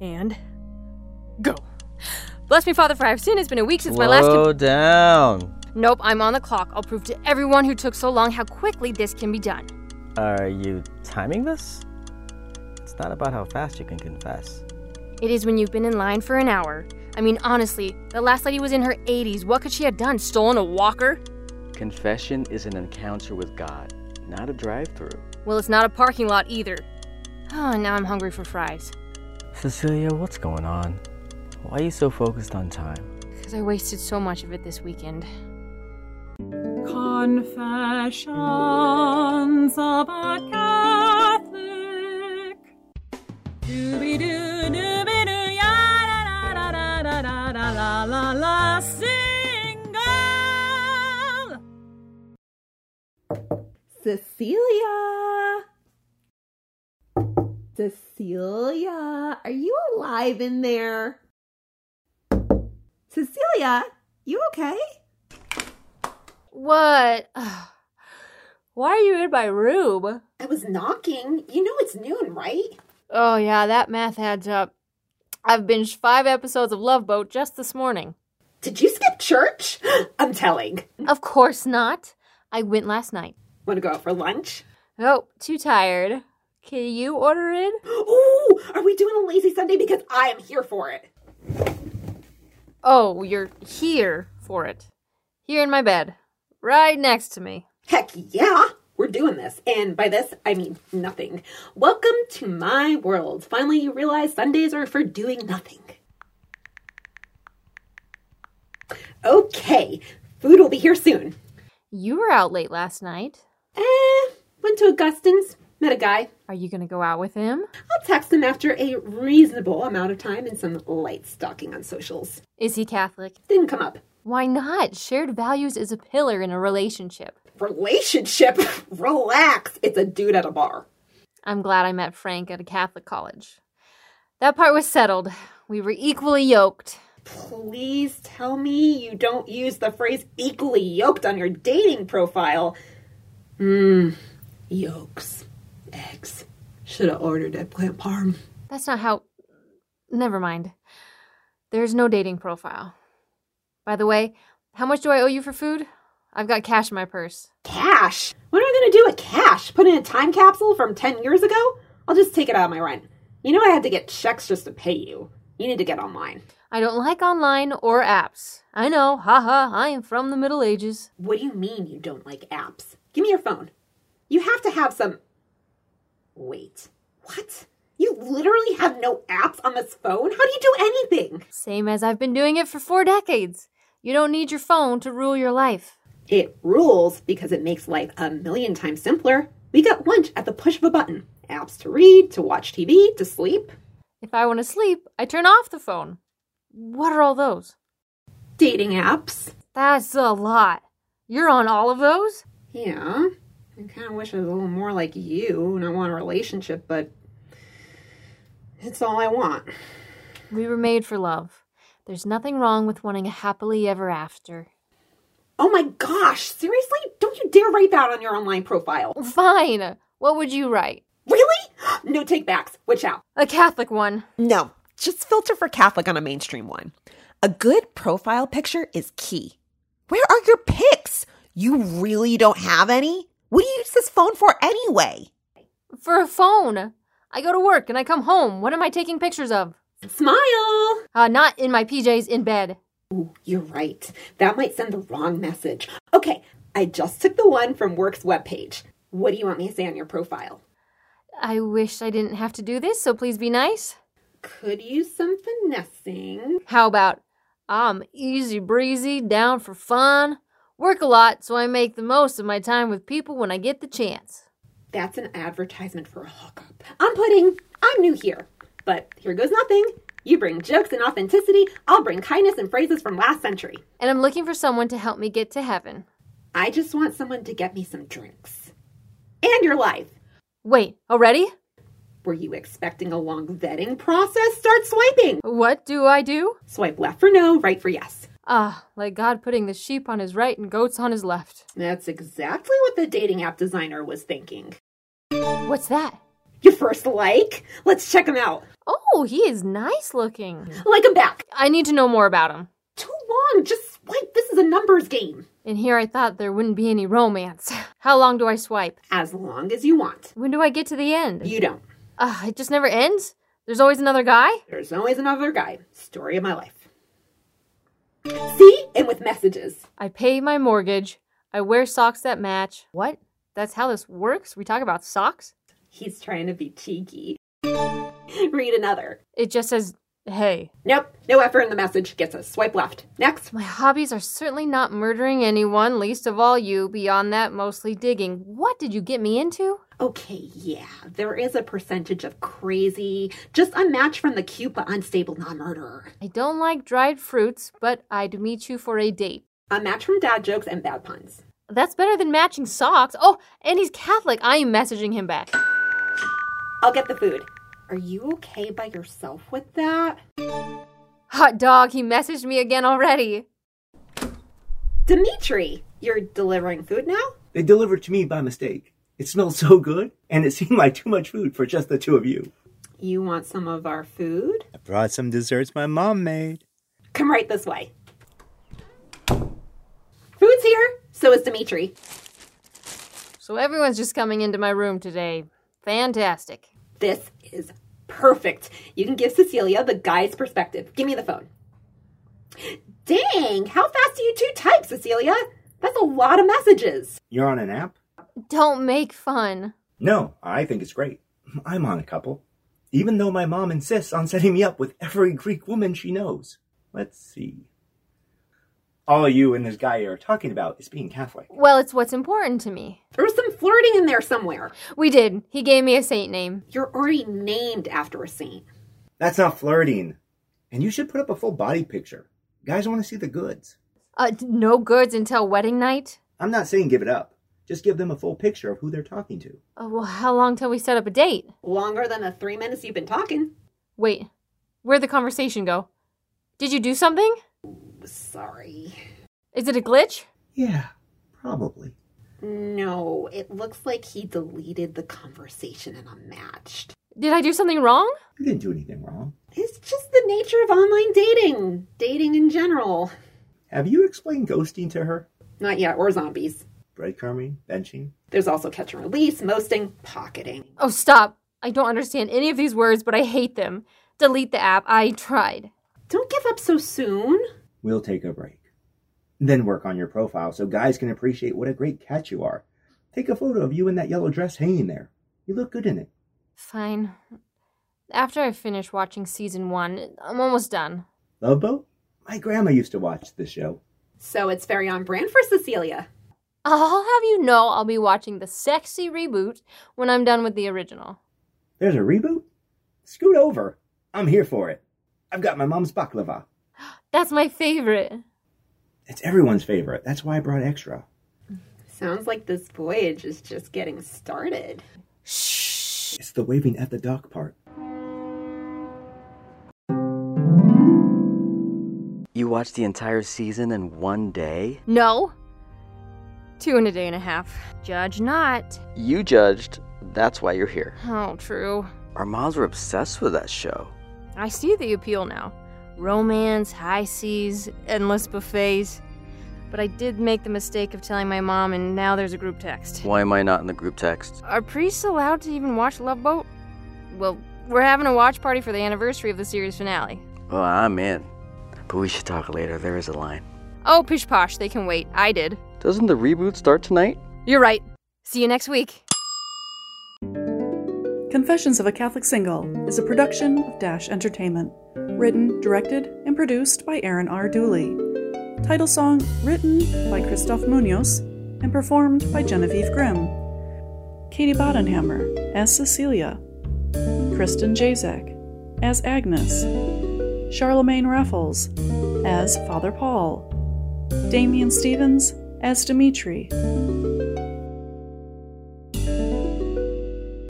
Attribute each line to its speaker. Speaker 1: and go. Bless me, Father, for I have sinned. It's been a week since my last. com-
Speaker 2: Slow down.
Speaker 1: nope, I'm on the clock. I'll prove to everyone who took so long how quickly this can be done.
Speaker 2: Are you timing this? It's not about how fast you can confess.
Speaker 1: It is when you've been in line for an hour. I mean, honestly, the last lady was in her 80s. What could she have done? Stolen a walker?
Speaker 3: Confession is an encounter with God, not a drive through.
Speaker 1: Well, it's not a parking lot either. Oh, now I'm hungry for fries.
Speaker 2: Cecilia, what's going on? Why are you so focused on time?
Speaker 1: Because I wasted so much of it this weekend.
Speaker 4: Confessions of a Catholic. Dooby-doo, dooby-doo, ya-da-da-da-da-da-da-da-la-la-la, single.
Speaker 5: Cecilia! Cecilia, are you alive in there? Cecilia, you okay?
Speaker 1: What? Why are you in my room?
Speaker 6: I was knocking. You know it's noon, right?
Speaker 1: Oh, yeah, that math adds up. I've binged five episodes of Love Boat just this morning.
Speaker 6: Did you skip church? I'm telling.
Speaker 1: Of course not. I went last night.
Speaker 6: Want to go out for lunch?
Speaker 1: Oh, too tired. Can you order in?
Speaker 6: Ooh, are we doing a lazy Sunday? Because I am here for it.
Speaker 1: Oh, you're here for it. Here in my bed. Right next to me.
Speaker 6: Heck yeah, we're doing this. And by this, I mean nothing. Welcome to my world. Finally, you realize Sundays are for doing nothing. Okay, food will be here soon.
Speaker 1: You were out late last night.
Speaker 6: Eh, went to Augustine's, met a guy.
Speaker 1: Are you gonna go out with him?
Speaker 6: I'll text him after a reasonable amount of time and some light stalking on socials.
Speaker 1: Is he Catholic?
Speaker 6: Didn't come up.
Speaker 1: Why not? Shared values is a pillar in a relationship.
Speaker 6: Relationship? Relax. It's a dude at a bar.
Speaker 1: I'm glad I met Frank at a Catholic college. That part was settled. We were equally yoked.
Speaker 6: Please tell me you don't use the phrase equally yoked on your dating profile. Mmm, yolks, eggs. Should have ordered eggplant parm.
Speaker 1: That's not how. Never mind. There's no dating profile. By the way, how much do I owe you for food? I've got cash in my purse.
Speaker 6: Cash. What am I gonna do with cash? Put in a time capsule from 10 years ago? I'll just take it out of my rent. You know I had to get checks just to pay you. You need to get online.
Speaker 1: I don't like online or apps. I know, haha, I am from the Middle Ages.
Speaker 6: What do you mean you don't like apps? Give me your phone. You have to have some. Wait, what? You literally have no apps on this phone? How do you do anything?
Speaker 1: Same as I've been doing it for four decades. You don't need your phone to rule your life.
Speaker 6: It rules because it makes life a million times simpler. We got lunch at the push of a button apps to read, to watch TV, to sleep.
Speaker 1: If I want to sleep, I turn off the phone. What are all those?
Speaker 6: Dating apps.
Speaker 1: That's a lot. You're on all of those?
Speaker 6: Yeah. I kind of wish I was a little more like you and I want a relationship, but it's all I want.
Speaker 1: We were made for love. There's nothing wrong with wanting a happily ever after.
Speaker 6: Oh my gosh, seriously? Don't you dare write that on your online profile.
Speaker 1: Fine. What would you write?
Speaker 6: Really? No take backs. Which out.
Speaker 1: A Catholic one.
Speaker 5: No, just filter for Catholic on a mainstream one. A good profile picture is key. Where are your pics? You really don't have any? What do you use this phone for anyway?
Speaker 1: For a phone. I go to work and I come home. What am I taking pictures of?
Speaker 6: Smile!
Speaker 1: Uh, not in my PJs in bed.
Speaker 6: You're right. That might send the wrong message. Okay, I just took the one from Work's webpage. What do you want me to say on your profile?
Speaker 1: I wish I didn't have to do this, so please be nice.
Speaker 6: Could use some finessing.
Speaker 1: How about I'm easy breezy, down for fun, work a lot so I make the most of my time with people when I get the chance.
Speaker 6: That's an advertisement for a hookup. I'm putting, I'm new here. But here goes nothing. You bring jokes and authenticity, I'll bring kindness and phrases from last century.
Speaker 1: And I'm looking for someone to help me get to heaven.
Speaker 6: I just want someone to get me some drinks. And your life.
Speaker 1: Wait, oh, already?
Speaker 6: Were you expecting a long vetting process? Start swiping.
Speaker 1: What do I do?
Speaker 6: Swipe left for no, right for yes.
Speaker 1: Ah, like God putting the sheep on his right and goats on his left.
Speaker 6: That's exactly what the dating app designer was thinking.
Speaker 1: What's that?
Speaker 6: Your first like? Let's check him out.
Speaker 1: Oh, he is nice looking.
Speaker 6: Like him back.
Speaker 1: I need to know more about him.
Speaker 6: Too long. Just swipe. This is a numbers game.
Speaker 1: And here I thought there wouldn't be any romance. How long do I swipe?
Speaker 6: As long as you want.
Speaker 1: When do I get to the end?
Speaker 6: You don't.
Speaker 1: Ugh, it just never ends? There's always another guy?
Speaker 6: There's always another guy. Story of my life. See? And with messages.
Speaker 1: I pay my mortgage. I wear socks that match. What? That's how this works? We talk about socks?
Speaker 6: He's trying to be cheeky. Read another.
Speaker 1: It just says, hey.
Speaker 6: Nope. No effort in the message. Gets us. Swipe left. Next.
Speaker 1: My hobbies are certainly not murdering anyone, least of all you. Beyond that, mostly digging. What did you get me into?
Speaker 6: Okay, yeah. There is a percentage of crazy, just a match from the cute but unstable non murderer.
Speaker 1: I don't like dried fruits, but I'd meet you for a date.
Speaker 6: A match from dad jokes and bad puns.
Speaker 1: That's better than matching socks. Oh, and he's Catholic. I am messaging him back.
Speaker 6: I'll get the food. Are you okay by yourself with that?
Speaker 1: Hot dog, he messaged me again already.
Speaker 6: Dimitri, you're delivering food now?
Speaker 7: They delivered to me by mistake. It smelled so good, and it seemed like too much food for just the two of you.
Speaker 6: You want some of our food?
Speaker 8: I brought some desserts my mom made.
Speaker 6: Come right this way. Food's here. So is Dimitri.
Speaker 1: So everyone's just coming into my room today. Fantastic.
Speaker 6: This is perfect. You can give Cecilia the guy's perspective. Give me the phone. Dang, how fast do you two type, Cecilia? That's a lot of messages.
Speaker 7: You're on an app?
Speaker 1: Don't make fun.
Speaker 7: No, I think it's great. I'm on a couple. Even though my mom insists on setting me up with every Greek woman she knows. Let's see. All you and this guy are talking about is being Catholic.
Speaker 1: Well, it's what's important to me.
Speaker 6: There was some flirting in there somewhere.
Speaker 1: We did. He gave me a saint name.
Speaker 6: You're already named after a saint.
Speaker 7: That's not flirting. And you should put up a full body picture. Guys want to see the goods.
Speaker 1: Uh, d- no goods until wedding night?
Speaker 7: I'm not saying give it up. Just give them a full picture of who they're talking to.
Speaker 1: Uh, well, how long till we set up a date?
Speaker 6: Longer than the three minutes you've been talking.
Speaker 1: Wait, where'd the conversation go? Did you do something?
Speaker 6: Sorry.
Speaker 1: Is it a glitch?
Speaker 7: Yeah, probably.
Speaker 6: No, it looks like he deleted the conversation and unmatched.
Speaker 1: Did I do something wrong?
Speaker 7: You didn't do anything wrong.
Speaker 6: It's just the nature of online dating, dating in general.
Speaker 7: Have you explained ghosting to her?
Speaker 6: Not yet, or zombies.
Speaker 7: Breadcrumbing? Benching?
Speaker 6: There's also catch and release, mosting, pocketing.
Speaker 1: Oh, stop. I don't understand any of these words, but I hate them. Delete the app. I tried.
Speaker 6: Don't give up so soon.
Speaker 7: We'll take a break. Then work on your profile so guys can appreciate what a great catch you are. Take a photo of you in that yellow dress hanging there. You look good in it.
Speaker 1: Fine. After I finish watching season one, I'm almost done.
Speaker 7: Love Boat? My grandma used to watch this show.
Speaker 6: So it's very on brand for Cecilia.
Speaker 1: I'll have you know I'll be watching the sexy reboot when I'm done with the original.
Speaker 7: There's a reboot? Scoot over. I'm here for it. I've got my mom's baklava.
Speaker 1: That's my favorite.
Speaker 7: It's everyone's favorite. That's why I brought extra.
Speaker 6: Sounds like this voyage is just getting started.
Speaker 7: It's the waving at the dock part.
Speaker 3: You watched the entire season in one day?
Speaker 1: No. Two in a day and a half. Judge not.
Speaker 3: You judged. That's why you're here.
Speaker 1: Oh, true.
Speaker 3: Our moms were obsessed with that show.
Speaker 1: I see the appeal now. Romance, high seas, endless buffets. But I did make the mistake of telling my mom, and now there's a group text.
Speaker 3: Why am I not in the group text?
Speaker 1: Are priests allowed to even watch Love Boat? Well, we're having a watch party for the anniversary of the series finale.
Speaker 3: Oh, I'm in. But we should talk later. There is a line.
Speaker 1: Oh, pish posh, they can wait. I did.
Speaker 3: Doesn't the reboot start tonight?
Speaker 1: You're right. See you next week.
Speaker 9: Confessions of a Catholic Single is a production of Dash Entertainment, written, directed, and produced by Aaron R. Dooley. Title song written by Christoph Munoz and performed by Genevieve Grimm. Katie Bodenhammer as Cecilia. Kristen Jazek as Agnes. Charlemagne Raffles as Father Paul. Damian Stevens as Dimitri.